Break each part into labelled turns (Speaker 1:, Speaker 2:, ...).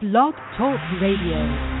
Speaker 1: Blog Talk Radio.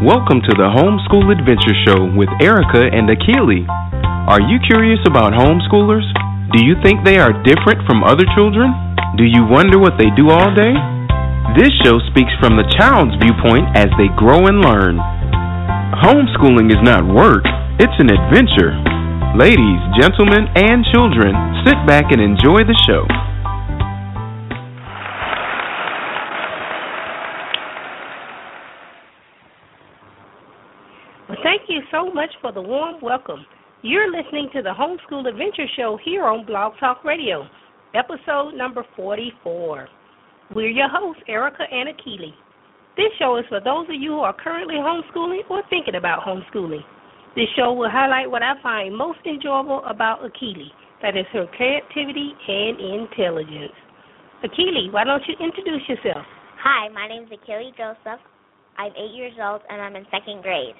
Speaker 2: Welcome to the Homeschool Adventure Show with Erica and Akili. Are you curious about homeschoolers? Do you think they are different from other children? Do you wonder what they do all day? This show speaks from the child's viewpoint as they grow and learn. Homeschooling is not work, it's an adventure. Ladies, gentlemen, and children, sit back and enjoy the show.
Speaker 3: Well, thank you so much for the warm welcome. You're listening to the Homeschool Adventure Show here on Blog Talk Radio, episode number 44. We're your hosts, Erica and Akili. This show is for those of you who are currently homeschooling or thinking about homeschooling. This show will highlight what I find most enjoyable about Akili, that is her creativity and intelligence. Akili, why don't you introduce yourself?
Speaker 4: Hi, my name is Akili Joseph. I'm eight years old and I'm in second grade.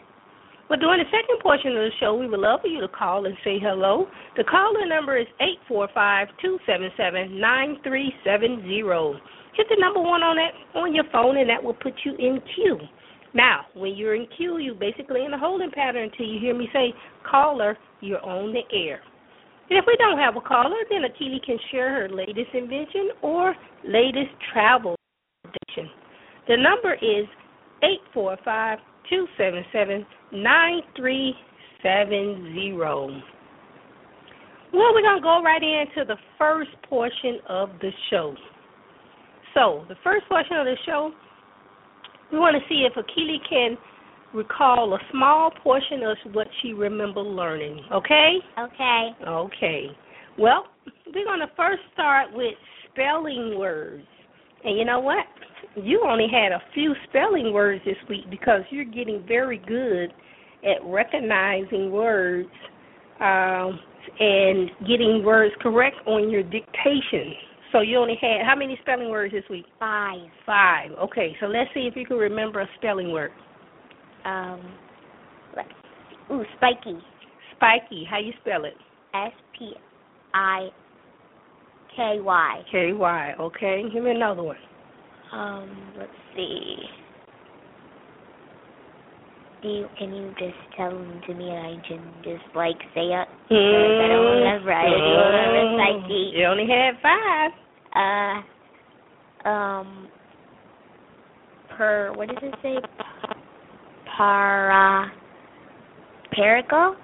Speaker 3: Well, during the second portion of the show, we would love for you to call and say hello. The caller number is eight four five two seven seven nine three seven zero. Hit the number one on that on your phone, and that will put you in queue. Now, when you're in queue, you're basically in a holding pattern until you hear me say, caller, you're on the air. And if we don't have a caller, then Akili can share her latest invention or latest travel prediction. The number is eight four five two seven seven nine three seven zero. Well, we're gonna go right into the first portion of the show. So, the first portion of the show, we want to see if Akili can recall a small portion of what she remember learning. Okay?
Speaker 4: Okay.
Speaker 3: Okay. Well, we're going to first start with spelling words. And you know what? You only had a few spelling words this week because you're getting very good at recognizing words um, and getting words correct on your dictation. So you only had how many spelling words this week?
Speaker 4: Five.
Speaker 3: Five. Okay, so let's see if you can remember a spelling word.
Speaker 4: Um, let's see. Ooh, spiky.
Speaker 3: Spiky. How you spell it?
Speaker 4: S P I K Y.
Speaker 3: K Y. Okay. Give me another one.
Speaker 4: Um, let's see. Do you, can you just tell them to me and I can just like say it? Because I don't
Speaker 3: Hmm.
Speaker 4: remember. I don't remember psyche.
Speaker 3: You only had five.
Speaker 4: Uh, um, per, what does it say? Para, perico?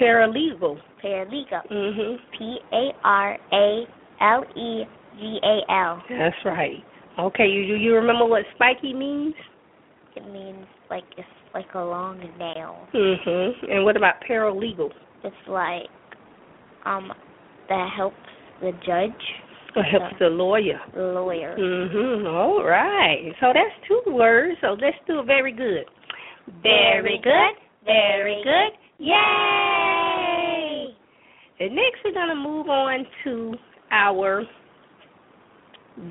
Speaker 3: Paralegal.
Speaker 4: Paralegal.
Speaker 3: Mhm.
Speaker 4: P A R A L E G A L.
Speaker 3: That's right. Okay, you you- you remember what spiky means?
Speaker 4: It means like it's like a long nail.
Speaker 3: Mhm. And what about paralegal?
Speaker 4: It's like um that helps the judge,
Speaker 3: It helps the lawyer.
Speaker 4: the lawyer.
Speaker 3: Mhm. All right. So that's two words. So let's do very good. Very good. Very good. Yay! And next, we're going to move on to our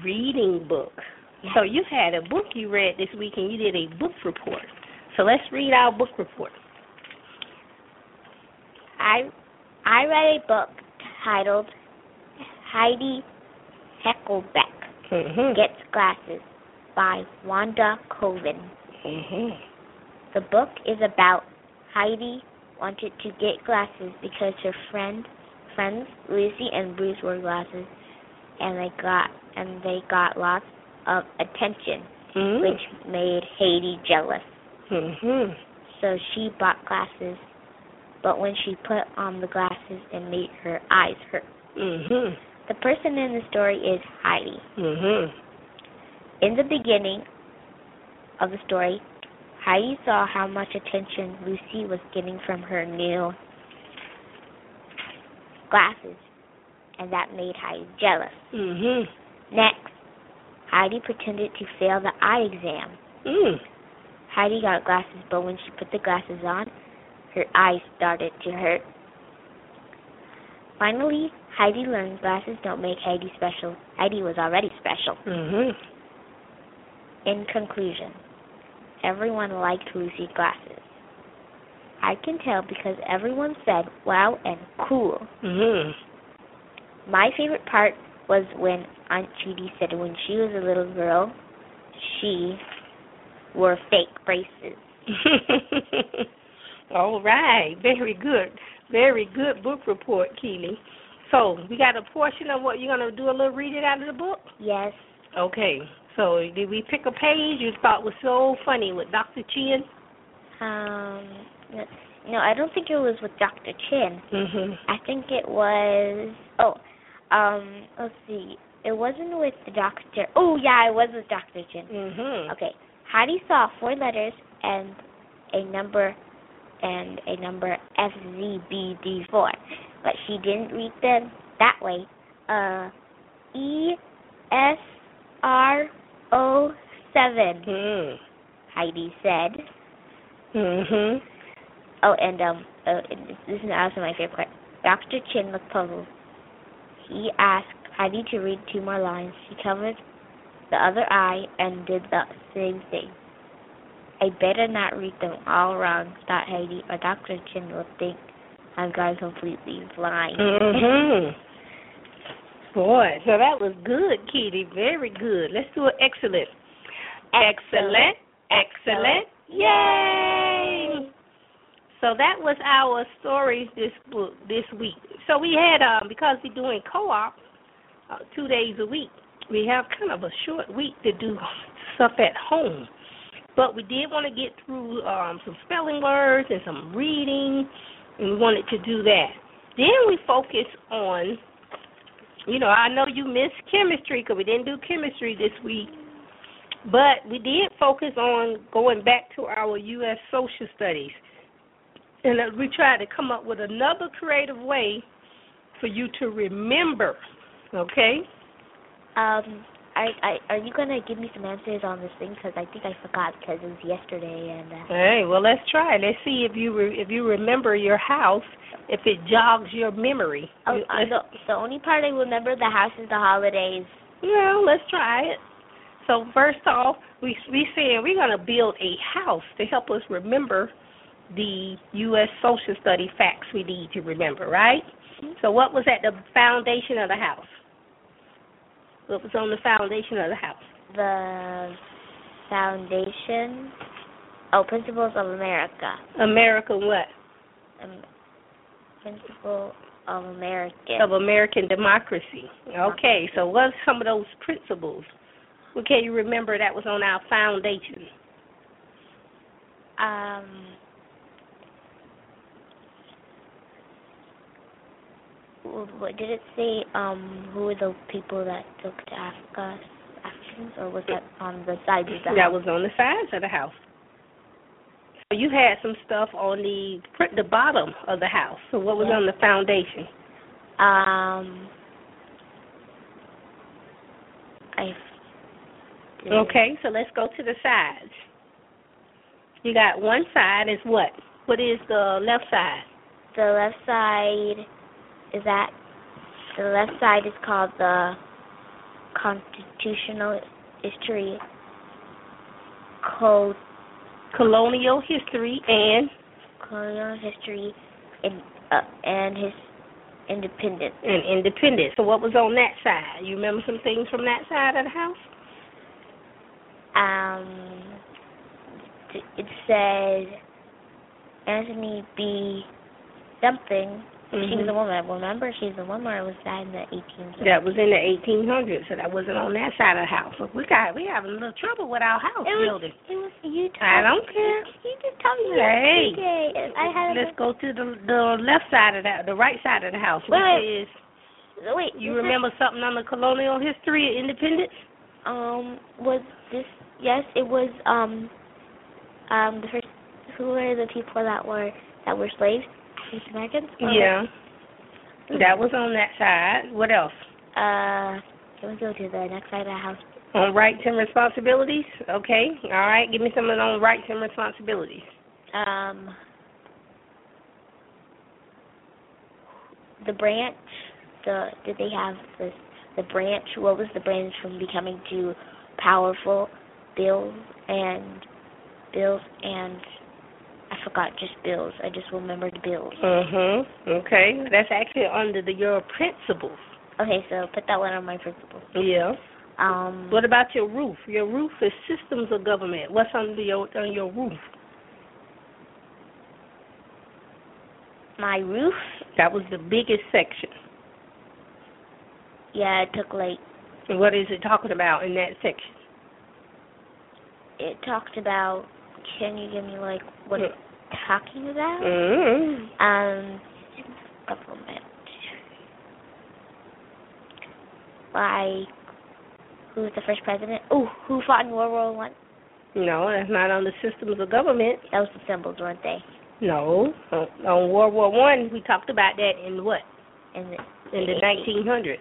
Speaker 3: reading book. So you had a book you read this week, and you did a book report. So let's read our book report.
Speaker 4: I I read a book titled Heidi Heckelbeck
Speaker 3: Mhm.
Speaker 4: Gets Glasses by Wanda Colvin.
Speaker 3: Mhm.
Speaker 4: The book is about Heidi wanted to get glasses because her friend friends, Lucy and Bruce, wore glasses, and they got and they got lots of attention,
Speaker 3: Mm.
Speaker 4: which made Haiti jealous.
Speaker 3: Mhm.
Speaker 4: So she bought glasses, but when she put on the glasses, it made her eyes hurt.
Speaker 3: Mhm.
Speaker 4: The person in the story is Heidi.
Speaker 3: Mhm.
Speaker 4: In the beginning of the story, Heidi saw how much attention Lucy was getting from her new glasses, and that made Heidi jealous.
Speaker 3: Mhm.
Speaker 4: Next, Heidi pretended to fail the eye exam.
Speaker 3: Mm.
Speaker 4: Heidi got glasses, but when she put the glasses on, her eyes started to hurt. Finally, Heidi learned glasses don't make Heidi special. Heidi was already special.
Speaker 3: Mhm.
Speaker 4: In conclusion, everyone liked Lucy glasses. I can tell because everyone said wow and cool.
Speaker 3: Mhm.
Speaker 4: My favorite part was when Aunt Judy said when she was a little girl, she wore fake braces.
Speaker 3: All right. Very good. Very good book report, Keely. So we got a portion of what you're gonna do a little reading out of the book?
Speaker 4: Yes,
Speaker 3: Okay. So did we pick a page you thought was so funny with Dr. Chin?
Speaker 4: um, let's- no, I don't think it was with Dr. Chin.
Speaker 3: Mhm.
Speaker 4: I think it was, oh, um, let's see. It wasn't with the doctor. Oh, yeah, it was with Dr. Chin.
Speaker 3: Mhm.
Speaker 4: Okay. Heidi saw four letters and a number and a number FZBD4, but she didn't read them that way. Uh, E S R O 7,
Speaker 3: Mhm.
Speaker 4: Heidi said.
Speaker 3: Mhm.
Speaker 4: Oh, and um, oh, and this- this is also my favorite part. Dr. Chin looked puzzled. He asked Heidi to read two more lines. She covered the other eye and did the same thing. I better not read them all wrong, thought Heidi, or Dr. Chin will think I've gone completely blind.
Speaker 3: Mhm. Boy, so that was good, Kitty. Very good. Let's do an excellent. Excellent. Excellent. Yay! So that was our stories this book this week. So we had um because we're doing co-op uh, two days a week. We have kind of a short week to do stuff at home, but we did want to get through um some spelling words and some reading, and we wanted to do that. Then we focus on, you know, I know you missed chemistry because we didn't do chemistry this week, but we did focus on going back to our U.S. social studies. And uh, we tried to come up with another creative way for you to remember, okay?
Speaker 4: Um, are, are, are you going to give me some answers on this thing? Because I think I forgot because it was yesterday and... Uh,
Speaker 3: Hey, well, let's try. Let's see if you re- if you remember your house, if it jogs your memory.
Speaker 4: Oh,
Speaker 3: You-
Speaker 4: uh,
Speaker 3: let's-
Speaker 4: the, the only part I remember the house is the holidays.
Speaker 3: Well, let's try it. So first off, we we saying we're gonna build a house to help us remember the U.S. social study facts we need to remember, right? So what was at the foundation of the house? What was on the foundation of the house?
Speaker 4: The foundation. Oh, Principles of America.
Speaker 3: America what?
Speaker 4: Um, Principle of America.
Speaker 3: Of American democracy. Okay, so what's some of those principles? Well, can you remember that was on our foundation?
Speaker 4: Um. wh- What did it say? Um, who were the people that took to Africa? Africans, or was that on the side of the
Speaker 3: That was on the sides of the house. So you had some stuff on the pr- the bottom of the house. So what was
Speaker 4: Yeah.
Speaker 3: on the foundation?
Speaker 4: Um, I. did-
Speaker 3: Okay, so let's go to the sides. You got one side is what? What is the left side?
Speaker 4: The left side is that the left side is called the constitutional history code
Speaker 3: Colonial history and
Speaker 4: colonial history and uh, and his independence
Speaker 3: and independence. So what was on that side? You remember some things from that side of the house?
Speaker 4: um it says Anthony B something She
Speaker 5: Mm-hmm.
Speaker 4: was the one that remember she's the one where it was died in the eighteen
Speaker 5: That was in the 1800s, so that wasn't on that side of the house. Look, we got we having a little trouble with our house
Speaker 4: It was,
Speaker 5: building.
Speaker 4: it was you
Speaker 5: Oh,
Speaker 4: told
Speaker 5: I don't care.
Speaker 4: you just told me
Speaker 5: Hey.
Speaker 4: yesterday. I had a
Speaker 5: Let's go to the the left side of that, the right side of the house,
Speaker 4: Wait,
Speaker 5: which
Speaker 4: wait. Mm-hmm.
Speaker 5: is
Speaker 4: wait.
Speaker 5: you
Speaker 4: was this-
Speaker 5: remember something on the colonial history of independence?
Speaker 4: um was this yes, it was um um the first who were the people that were that were slaves? These Americans? Or-
Speaker 5: Yeah. That was on that side. What else?
Speaker 4: Uh can we go to the next side of the house?
Speaker 5: On rights and responsibilities? Okay. All right. Give me some of on rights and responsibilities.
Speaker 4: Um the branch the did they have this the branch what was the branch from becoming too powerful? Bills and bills and I forgot just bills. I just remembered bills.
Speaker 5: Mhm. Okay. That's actually under the your principles.
Speaker 4: Okay, so put that one on my principal.
Speaker 5: Yeah.
Speaker 4: Um,
Speaker 5: What about your roof? Your roof is systems of government. What's under your on your roof?
Speaker 4: my roof?
Speaker 5: That was the biggest section.
Speaker 4: Yeah, it took like
Speaker 5: And what is it talking about in that section?
Speaker 4: it talked about. Can you give me like what it's talking about?
Speaker 5: Mhm.
Speaker 4: Um, government. Like, who was the first president? Oh, who fought in World War One?
Speaker 5: No, that's not on the systems of government.
Speaker 4: That was the symbols, weren't they?
Speaker 5: No. On, on World War One, we talked about that in what?
Speaker 4: And
Speaker 5: In the 1900s.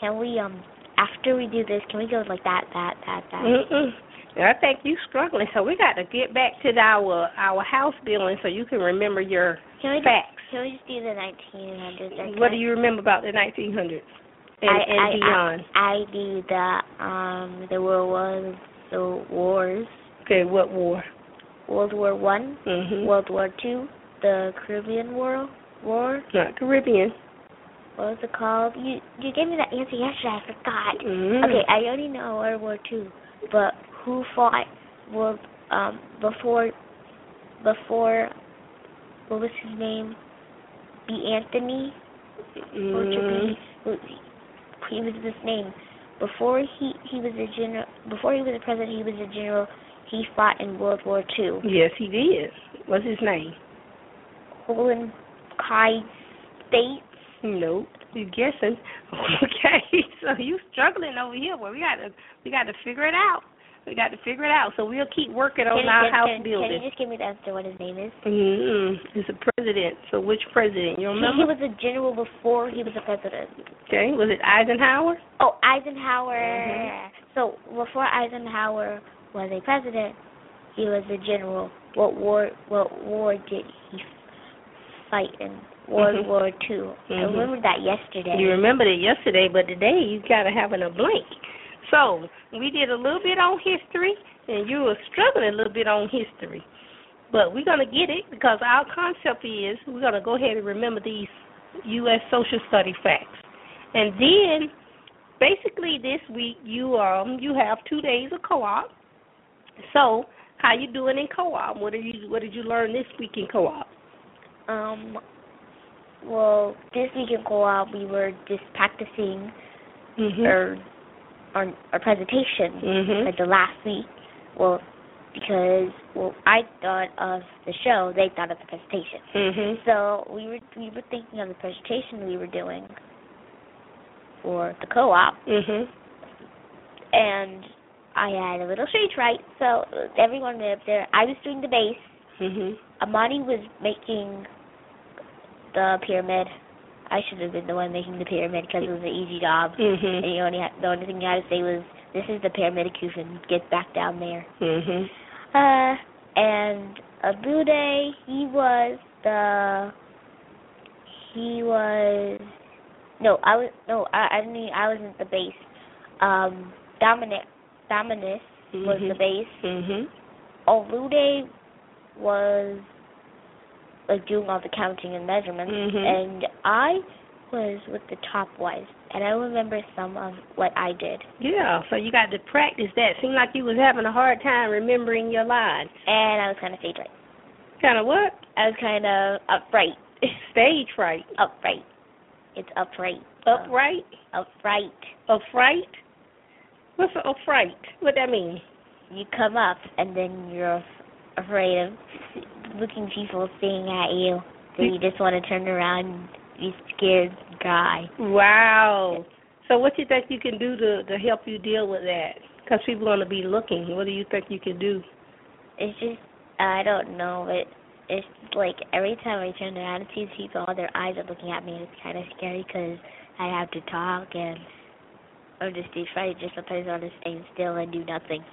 Speaker 4: Can we um after we do this, can we go like that, that, that, that?
Speaker 5: Mm-mm. I think you struggling, so we got to get back to the, our our house building so you can remember your
Speaker 4: Can we
Speaker 5: facts.
Speaker 4: Just, can we just do the 1900s?
Speaker 5: What do you remember about the 1900s and,
Speaker 4: I,
Speaker 5: and
Speaker 4: I,
Speaker 5: beyond?
Speaker 4: I, I do the um the World War the wars,
Speaker 5: okay, what war?
Speaker 4: World War One,
Speaker 5: Mm-hmm.
Speaker 4: World War Two, the Caribbean War, War.
Speaker 5: Not Caribbean.
Speaker 4: What was it called? You you gave me that answer yesterday. I forgot.
Speaker 5: Mm.
Speaker 4: Okay, I only know World War Two, but who fought World um before before what was his name? B Anthony. Or to
Speaker 5: Mm.
Speaker 4: be- he was this name before he he was a general before he was a president he was a general he fought in world war two
Speaker 5: Yes, he did. What's his name?
Speaker 4: Holland Kai State
Speaker 5: Nope. You guessing? Okay. So you struggling over here. Well, we gotta we gotta figure it out. We got to figure it out. So we'll keep working on
Speaker 4: can, you- can,
Speaker 5: our house
Speaker 4: can,
Speaker 5: building.
Speaker 4: can you just give me the answer what his name is
Speaker 5: Mm-mm. It's a president. So which president? You
Speaker 4: he, he
Speaker 5: remember?
Speaker 4: was a general before he was a president
Speaker 5: okay. Was it Eisenhower?
Speaker 4: oh Eisenhower so before Eisenhower was a president he was a general what war what war did he fight in World
Speaker 5: Mhm.
Speaker 4: War Two I
Speaker 5: Mhm.
Speaker 4: remember that yesterday
Speaker 5: You remembered it yesterday, but today you gotta have in a blank. So we did a little bit on history, and you were struggling a little bit on history, but we're gonna get it because our concept is we're gonna go ahead and remember these U.S. social study facts, and then basically this week you um you have two days of co-op. So how you doing in co-op? What did you what did you learn this week in co-op?
Speaker 4: Um, well, this week in co-op we were just practicing
Speaker 5: Mhm.
Speaker 4: our, our our presentation
Speaker 5: Mhm.
Speaker 4: for the last week. Well, because well I thought of the show, they thought of the presentation.
Speaker 5: Mhm.
Speaker 4: So we were we were thinking of the presentation we were doing for the co-op,
Speaker 5: Mhm.
Speaker 4: and I had a little stage right. So everyone went up there. I was doing the bass.
Speaker 5: Mhm.
Speaker 4: Amani was making the pyramid. I should have been the one making the pyramid because it was an easy job.
Speaker 5: Mhm.
Speaker 4: And you only had, the only thing you had to say was, "This is the pyramid of Khufu. Get back down there."
Speaker 5: Mhm.
Speaker 4: Uh, and Abude, he was the he was no, I was no, I I didn't even- I wasn't the base. Um, Dominic Dominus was the
Speaker 5: Mhm.
Speaker 4: base.
Speaker 5: Mhm.
Speaker 4: Olude was like doing all the counting and measurements,
Speaker 5: Mhm.
Speaker 4: and I was with the top ones, and I remember some of what I did.
Speaker 5: Yeah, so you got to practice that. Seemed like you was having a hard time remembering your lines.
Speaker 4: And I was kind of stage right.
Speaker 5: Kind of what?
Speaker 4: I was kind of upright.
Speaker 5: Stage fright.
Speaker 4: Upright. It's upright. Uh,
Speaker 5: Upright.
Speaker 4: Upright.
Speaker 5: Affright. What's a affright? What that mean?
Speaker 4: You come up and then you're af- afraid of s- looking people staring at you. So you just want to turn around and be scared guy.
Speaker 5: Wow. So what you think you can do to to help you deal with that? Because people are gonna be looking. What do you think you can do?
Speaker 4: It's just I don't know, but it's like every time I turn around and see people, all their eyes are looking at me. It's kind of scary because I have to talk and I'm just afraid. Just sometimes I'll just stand still and do nothing.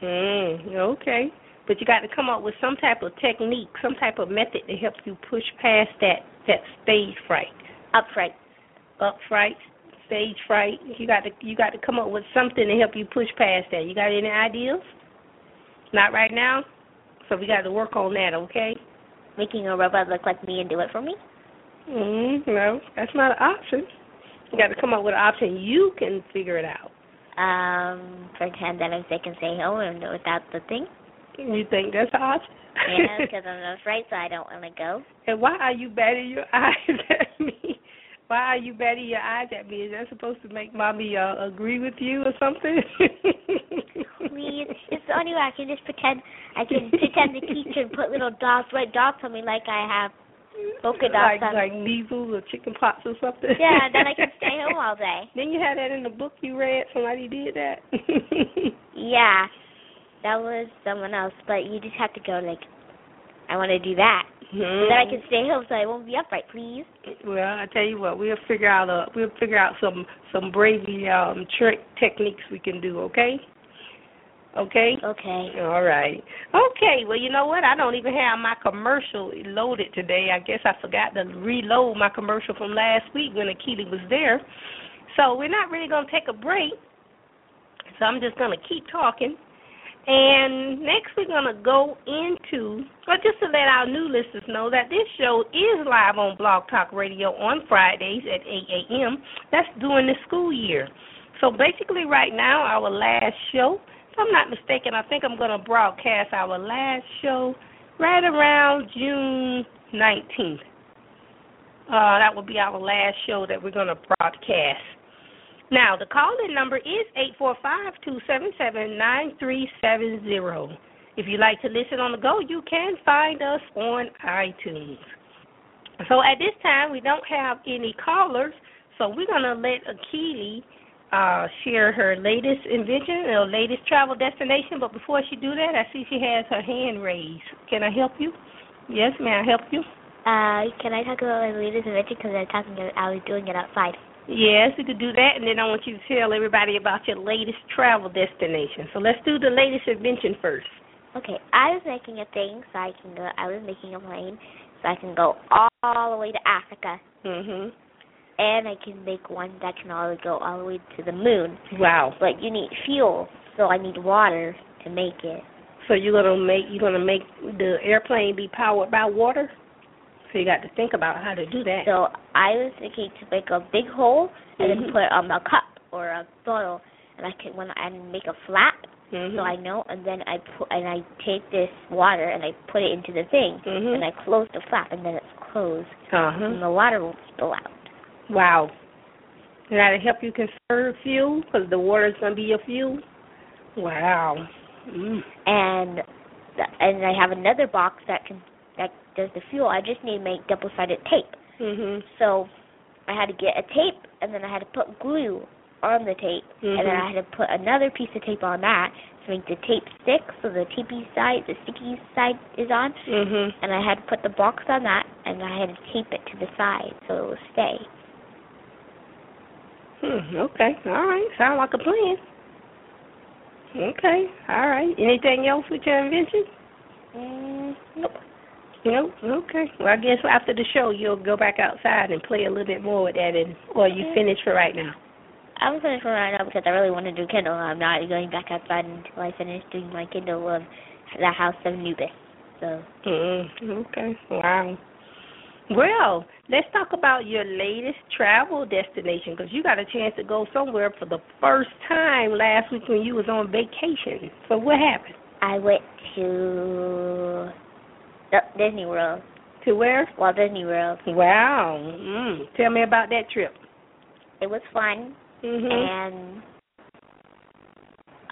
Speaker 5: Hmm. Okay. But you got to come up with some type of technique, some type of method to help you push past that that stage fright,
Speaker 4: Upright.
Speaker 5: up fright, stage fright. You got to you got to come up with something to help you push past that. You got any ideas? Not right now. So we got to work on that. Okay.
Speaker 4: Making a robot look like me and do it for me.
Speaker 5: Mm, no, that's not an option. You got to come up with an option you can figure it out.
Speaker 4: Um, pretend that I'm sick and stay home and without the thing.
Speaker 5: You think that's an option?
Speaker 4: Yeah, because I'm afraid, so I don't want to go.
Speaker 5: And why are you batting your eyes at me? Why are you batting your eyes at me? Is that supposed to make mommy uh, agree with you or something?
Speaker 4: Please, it's the only way I can just pretend. I can pretend the teacher and put little dots, white dots on me like I have polka dots
Speaker 5: like
Speaker 4: on.
Speaker 5: like measles or chicken pox or something.
Speaker 4: yeah, then I can stay home all day.
Speaker 5: Then you had that in the book you read. Somebody did that.
Speaker 4: Yeah, that was someone else, but you just have to go like, I want to do that. So Then I can stay home, so I won't be upright, please.
Speaker 5: Hmm. Well, I tell you what, we'll figure out a we'll figure out some some bravery um trick techniques we can do. Okay. Okay.
Speaker 4: Okay.
Speaker 5: All right. Okay. Well, you know what? I don't even have my commercial loaded today. I guess I forgot to reload my commercial from last week when Akili was there. So we're not really gonna take a break. So I'm just gonna keep talking. And next we're going to go into, well, just to let our new listeners know that this show is live on Blog Talk Radio on Fridays at 8 a.m. That's during the school year. So basically right now, our last show, if I'm not mistaken, I think I'm going to broadcast our last show right around June 19th. Uh, that will be our last show that we're going to broadcast. Now, the call in number is eight four five two seven seven nine three seven zero. If you like to listen on the go, you can find us on iTunes. So at this time, we don't have any callers, so we're going to let Akili uh, share her latest invention or latest travel destination. But before she do that, I see she has her hand raised. Can I help you? Yes, may I help you?
Speaker 4: Uh, can I talk about my latest adventure? Because I'm talking, I was doing it outside.
Speaker 5: Yes, you could do that, and then I want you to tell everybody about your latest travel destination. So let's do the latest invention first.
Speaker 4: Okay, I was making a thing so I can go. I was making a plane so I can go all, all the way to Africa,
Speaker 5: Mhm.
Speaker 4: Mm-hmm. and I can make one that can all go all the way to the moon.
Speaker 5: Wow.
Speaker 4: But you need fuel, so I need water to make it.
Speaker 5: So you're gonna make you're gonna make the airplane be powered by water. So you got to think about how to do that.
Speaker 4: So I was thinking to make a big hole and
Speaker 5: Mhm.
Speaker 4: then put um a cup or a bottle, and I can when I make a flap
Speaker 5: Mhm.
Speaker 4: so I know, and then I put and I take this water and I put it into the thing,
Speaker 5: Mhm.
Speaker 4: and I close the flap, and then it's closed, and
Speaker 5: Uh-huh.
Speaker 4: the water won't spill out.
Speaker 5: Wow. And that'll help you conserve fuel because the water's gonna be your fuel. Wow. Mm.
Speaker 4: and the, and I have another box that can that does the fuel. I just need to make double-sided tape.
Speaker 5: Mhm.
Speaker 4: So I had to get a tape, and then I had to put glue on the tape, and then
Speaker 5: Mhm.
Speaker 4: I had to put another piece of tape on that to make the tape stick. So the tapey side, the sticky side is on,
Speaker 5: Mhm.
Speaker 4: and I had to put the box on that, and I had to tape it to the side so it would stay.
Speaker 5: Hmm, okay. All right. Sound like a plan. Okay. All right. Anything else with your invention?
Speaker 4: Mm, nope.
Speaker 5: Nope. Okay. Well, I guess after the show you'll go back outside and play a little bit more with that, and or you finish for right now.
Speaker 4: I'm finished for right now because I really want to do Kindle. I'm not going back outside until I finish doing my Kindle of the House of Anubis. So
Speaker 5: Mm, okay. Wow. Well, let's talk about your latest travel destination because you got a chance to go somewhere for the first time last week when you was on vacation. So what happened?
Speaker 4: I went to the Disney World
Speaker 5: To where?
Speaker 4: Walt Disney World.
Speaker 5: Wow. Mm. Tell me about that trip.
Speaker 4: It was fun,
Speaker 5: Mhm.
Speaker 4: and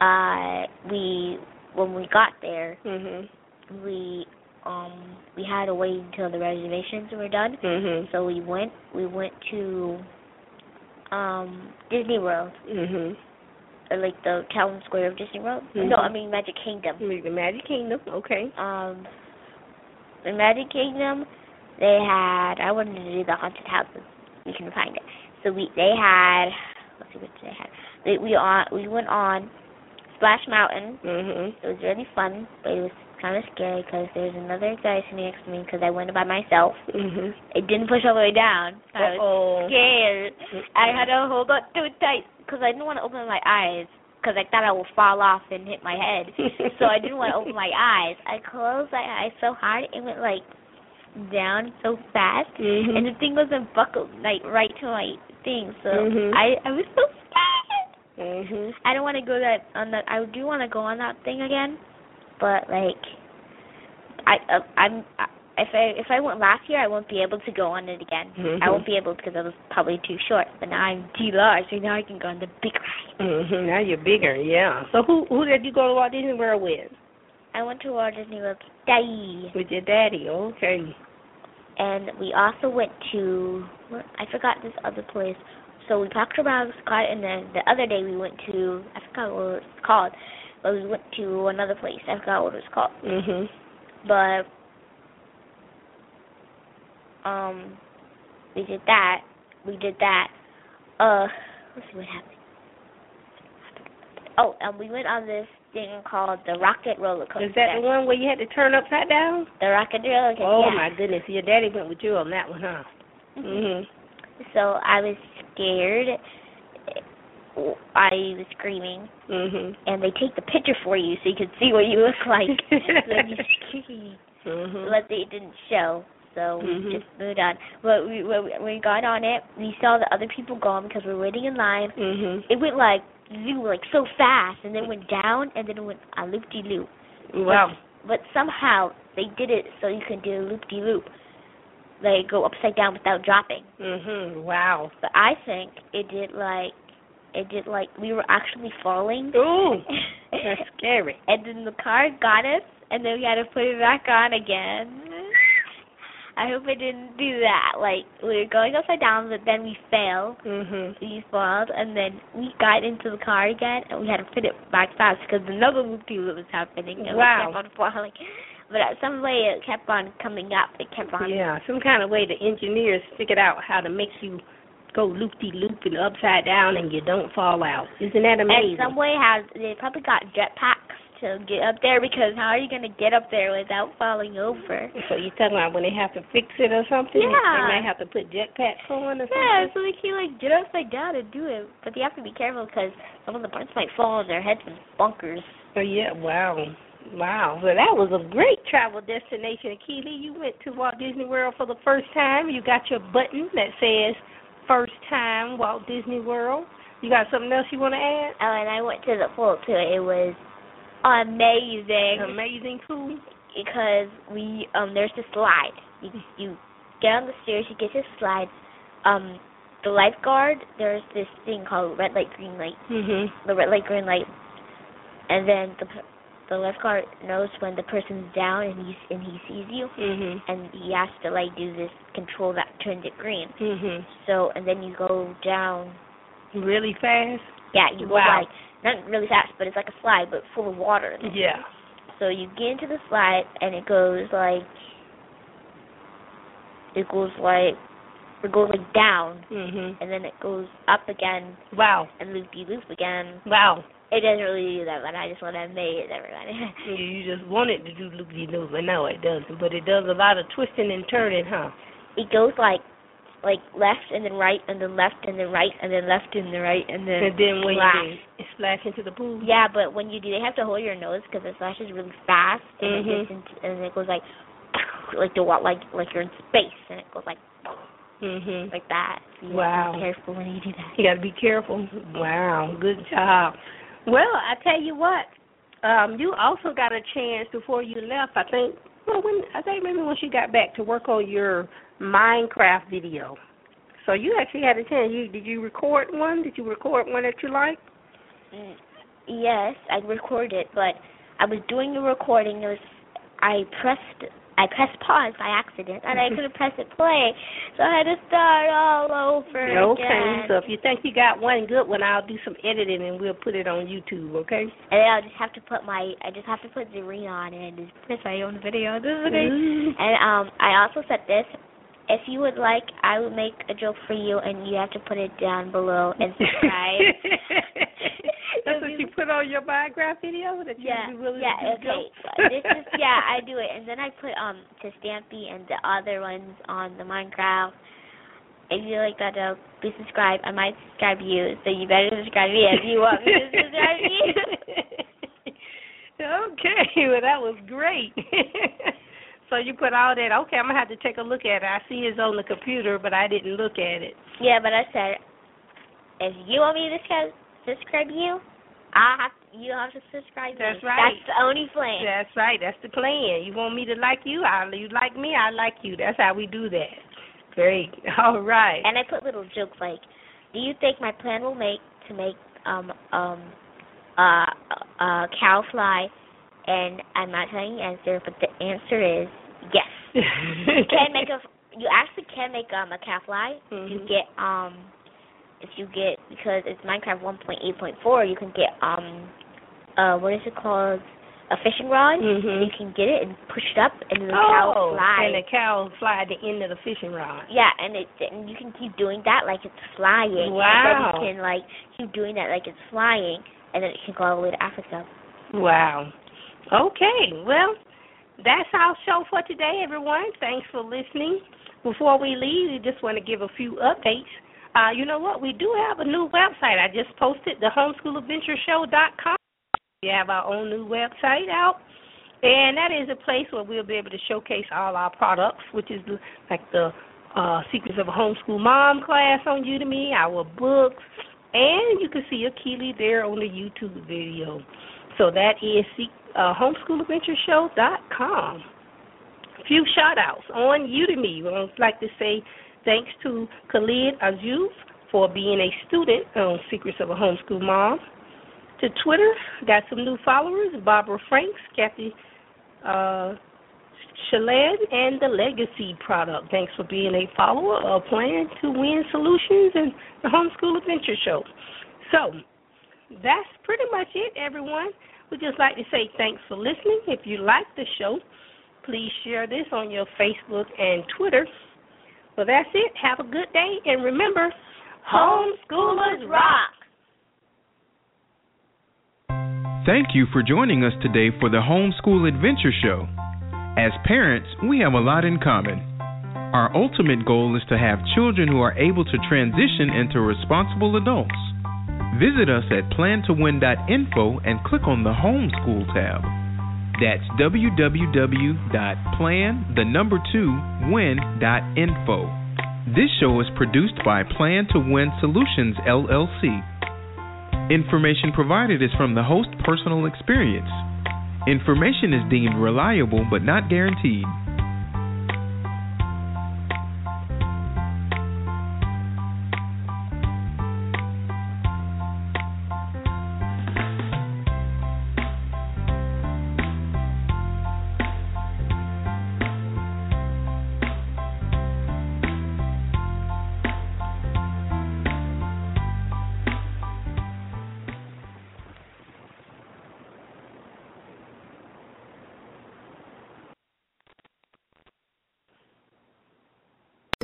Speaker 4: uh, we when we got there,
Speaker 5: Mhm.
Speaker 4: we um we had to wait until the reservations were done.
Speaker 5: Mhm.
Speaker 4: So we went we went to um Disney World,
Speaker 5: Mhm.
Speaker 4: or like the town square of Disney World. No,
Speaker 5: Mhm.
Speaker 4: I mean Magic Kingdom.
Speaker 5: Mm, The Magic Kingdom. Okay.
Speaker 4: Um, in Magic Kingdom, they had I wanted to do the haunted houses. We can find it. So we they had let's see what they had. They, we on we went on Splash Mountain.
Speaker 5: Mhm.
Speaker 4: It was really fun, but it was kind of scary because there's another guy sitting next to me because I went by myself.
Speaker 5: Mhm.
Speaker 4: It didn't push all the way down.
Speaker 5: Uh,
Speaker 4: I was
Speaker 5: Uh-oh.
Speaker 4: scared. I had to hold on too tight because I didn't want to open my eyes because I thought I would fall off and hit my head. so I didn't want to open my eyes. I closed my eyes so hard it went like down so fast,
Speaker 5: Mhm.
Speaker 4: and the thing wasn't buckled like right to my thing. So
Speaker 5: Mhm.
Speaker 4: I I was so scared.
Speaker 5: Mhm.
Speaker 4: I don't want to go that on that. I do want to go on that thing again, but like I uh, I'm. I, if I if I went last year, I won't be able to go on it again.
Speaker 5: Mhm.
Speaker 4: I won't be able because I was probably too short. But now I'm too large, so now I can go on the big ride.
Speaker 5: Mhm. Now you're bigger. Yeah. So who who did you go to Walt Disney World with?
Speaker 4: I went to Walt Disney World today,
Speaker 5: With your daddy. Okay.
Speaker 4: and we also went to what- I forgot this other place. So we talked about Scott, and then the other day we went to I forgot what it's called, but we went to another place. I forgot what it's called.
Speaker 5: Mhm.
Speaker 4: but um we did that we did that uh let's see what happened oh and we went on this thing called the rocket roller coaster
Speaker 5: Is that the one where you had to turn upside down?
Speaker 4: the rocket roller coaster
Speaker 5: Oh
Speaker 4: yeah.
Speaker 5: my goodness, your daddy went with you on that one, huh? Mhm.
Speaker 4: so i was scared i was screaming
Speaker 5: Mhm.
Speaker 4: and they take the picture for you so you can see what you look like so you
Speaker 5: Mhm.
Speaker 4: Mm-hmm. but they didn't show. So we
Speaker 5: Mhm.
Speaker 4: just moved on. But we when we- we got on it, we saw the other people gone because we were waiting in line.
Speaker 5: Mhm.
Speaker 4: It went like zoo like so fast, and then went down, and then it went a loop de loop.
Speaker 5: Wow.
Speaker 4: But somehow they did it so you can do a loop de loop, like go upside down without dropping.
Speaker 5: Mhm. Wow.
Speaker 4: But I think it did like it did like we were actually falling.
Speaker 5: Ooh, that's scary.
Speaker 4: And then the car got us, and then we had to put it back on again. I hope I didn't do that. Like, we were going upside down, but then we fell.
Speaker 5: Mhm.
Speaker 4: We fell, and then we got into the car again, and we had to put it back fast because another loop de loop was happening, and
Speaker 5: Wow.
Speaker 4: we kept on falling. But at some way, it kept on coming up. It kept on.
Speaker 5: Yeah, some kind of way the engineers figured out how to make you go loop de loop and upside down and you don't fall out. Isn't that
Speaker 4: And
Speaker 5: amazing?
Speaker 4: some way, has they probably got jetpacks to get up there because how are you going to get up there without falling over?
Speaker 5: so you're talking about when they have to fix it or something?
Speaker 4: Yeah.
Speaker 5: They might have to put jetpacks on or
Speaker 4: Yeah,
Speaker 5: something.
Speaker 4: so they can like get upside down and do it, but they have to be careful because some of the parts might fall on their heads and bunkers.
Speaker 5: So yeah, wow. Wow. So that was a great travel destination. Keely, you went to Walt Disney World for the first time. You got your button that says first time Walt Disney World. You got something else you want to add?
Speaker 4: Oh, and I went to the pool too. It was amazing
Speaker 5: Amazing pool.
Speaker 4: because we um there's the slide. You you get on the stairs, you get to the slide. Um, the lifeguard there's this thing called red light, green light.
Speaker 5: Mhm.
Speaker 4: the red light, green light, and then the per- the lifeguard knows when the person's down and he and he sees you,
Speaker 5: Mhm.
Speaker 4: and he has to like do this control that turns it green.
Speaker 5: Mhm.
Speaker 4: So and then you go down.
Speaker 5: Really fast.
Speaker 4: Yeah, you go
Speaker 5: Wow. Mm-hmm.
Speaker 4: like not really fast, but it's like a slide, but full of water.
Speaker 5: Yeah.
Speaker 4: So you get into the slide and it goes like it goes like it goes like down,
Speaker 5: Mhm.
Speaker 4: and then it goes up again
Speaker 5: Wow.
Speaker 4: and loop de loop again.
Speaker 5: Wow.
Speaker 4: It doesn't really do that, but I just want to amaze everybody.
Speaker 5: You- You just want it to do loop de loop, but no, it doesn't. But it does a lot of twisting and turning, huh?
Speaker 4: it goes like like left and then right and then left and then right and then left and then right and then
Speaker 5: And then when
Speaker 4: splash.
Speaker 5: you do, it splash into the pool.
Speaker 4: yeah, but when you do, they have to hold your nose because the splash is really fast and
Speaker 5: Mhm.
Speaker 4: it gets into, and it goes like like the wa- like like you're in space and it goes like
Speaker 5: Mhm.
Speaker 4: like that. So you
Speaker 5: Wow.
Speaker 4: Have to be careful when you do that.
Speaker 5: You got to be careful. Wow, good job. Well, I tell you what, um, you also got a chance before you left. I think Well, when I think maybe when she got back to work on your Minecraft video. So you actually had a chance. You did you record one? Did you record one that you liked?
Speaker 4: Mm, Yes, I recorded it, but I was doing the recording. It was I pressed I pressed pause by accident, and I couldn't press it play, so I had to start all over
Speaker 5: Okay.
Speaker 4: again.
Speaker 5: So if you think you got one good one, I'll do some editing and we'll put it on YouTube. Okay.
Speaker 4: And then I'll just have to put my I just have to put Zareen on it and just press my own video. This is great.
Speaker 5: Mm.
Speaker 4: And um I also said this. If you would like, I will make a joke for you and you have to put it down below and subscribe.
Speaker 5: That's what you put on your Minecraft video that you
Speaker 4: yeah.
Speaker 5: would be willing
Speaker 4: Yeah,
Speaker 5: to do.
Speaker 4: okay. this is yeah, I do it. And then I put um to Stampy and the other ones on the Minecraft. If you like that joke, please subscribe. I might subscribe you, so you better subscribe me if you want me to subscribe you.
Speaker 5: okay, well that was great. so you put all that. Okay, I'm gonna have to take a look at it. I see it's on the computer, but I didn't look at it.
Speaker 4: Yeah, but I said, if you want me to subscribe, subscribe you, I have you have to subscribe me.
Speaker 5: That's right.
Speaker 4: That's the only plan.
Speaker 5: That's right. That's the plan. You want me to like you? I you like me? I like you. That's how we do that. Great. All right.
Speaker 4: And I put little jokes like, "Do you think my plan will make to make um um uh uh cow fly?" And I'm not telling you the answer, but the answer is yes. You can make a you actually can make um a cow fly. If you
Speaker 5: Mhm.
Speaker 4: get um if you get because it's Minecraft 1.8.4, you can get um uh what is it called a fishing rod.
Speaker 5: Mhm.
Speaker 4: You can get it and push it up, and the cow
Speaker 5: oh,
Speaker 4: flies.
Speaker 5: and the cow fly at the end of the fishing rod.
Speaker 4: Yeah, and it and you can keep doing that like it's flying.
Speaker 5: Wow.
Speaker 4: And then you can like keep doing that like it's flying, and then it can go all the way to Africa.
Speaker 5: Wow. Okay. Well, that's our show for today, everyone. Thanks for listening. Before we leave, we just want to give a few updates. Uh, you know what? We do have a new website. I just posted the homeschooladventureshow.com. We have our own new website out. And that is a place where we'll be able to showcase all our products, which is the- like the uh, Secrets of a Homeschool Mom class on Udemy, our books, and you can see Akili there on the YouTube video. So that is se- uh, homeschooladventureshow.com. Few shout outs on Udemy. We would like to say thanks to Khalid Azouz for being a student on Secrets of a Homeschool Mom. To Twitter, got some new followers Barbara Franks, Kathy uh, Shalad, and the Legacy product. Thanks for being a follower of Plan to Win Solutions and the Homeschool Adventure Show. So, that's pretty much it, everyone. We just like to say thanks for listening. If you like the show, please share this on your Facebook and Twitter. Well, that's it. Have a good day, and remember, homeschoolers rock.
Speaker 2: Thank you for joining us today for the Homeschool Adventure Show. As parents, we have a lot in common. Our ultimate goal is to have children who are able to transition into responsible adults. Visit us at plantowin.info and click on the Homeschool tab. That's www.plan the number 2 win.info. This show is produced by Plan to Win Solutions LLC. Information provided is from the host personal experience. Information is deemed reliable but not guaranteed.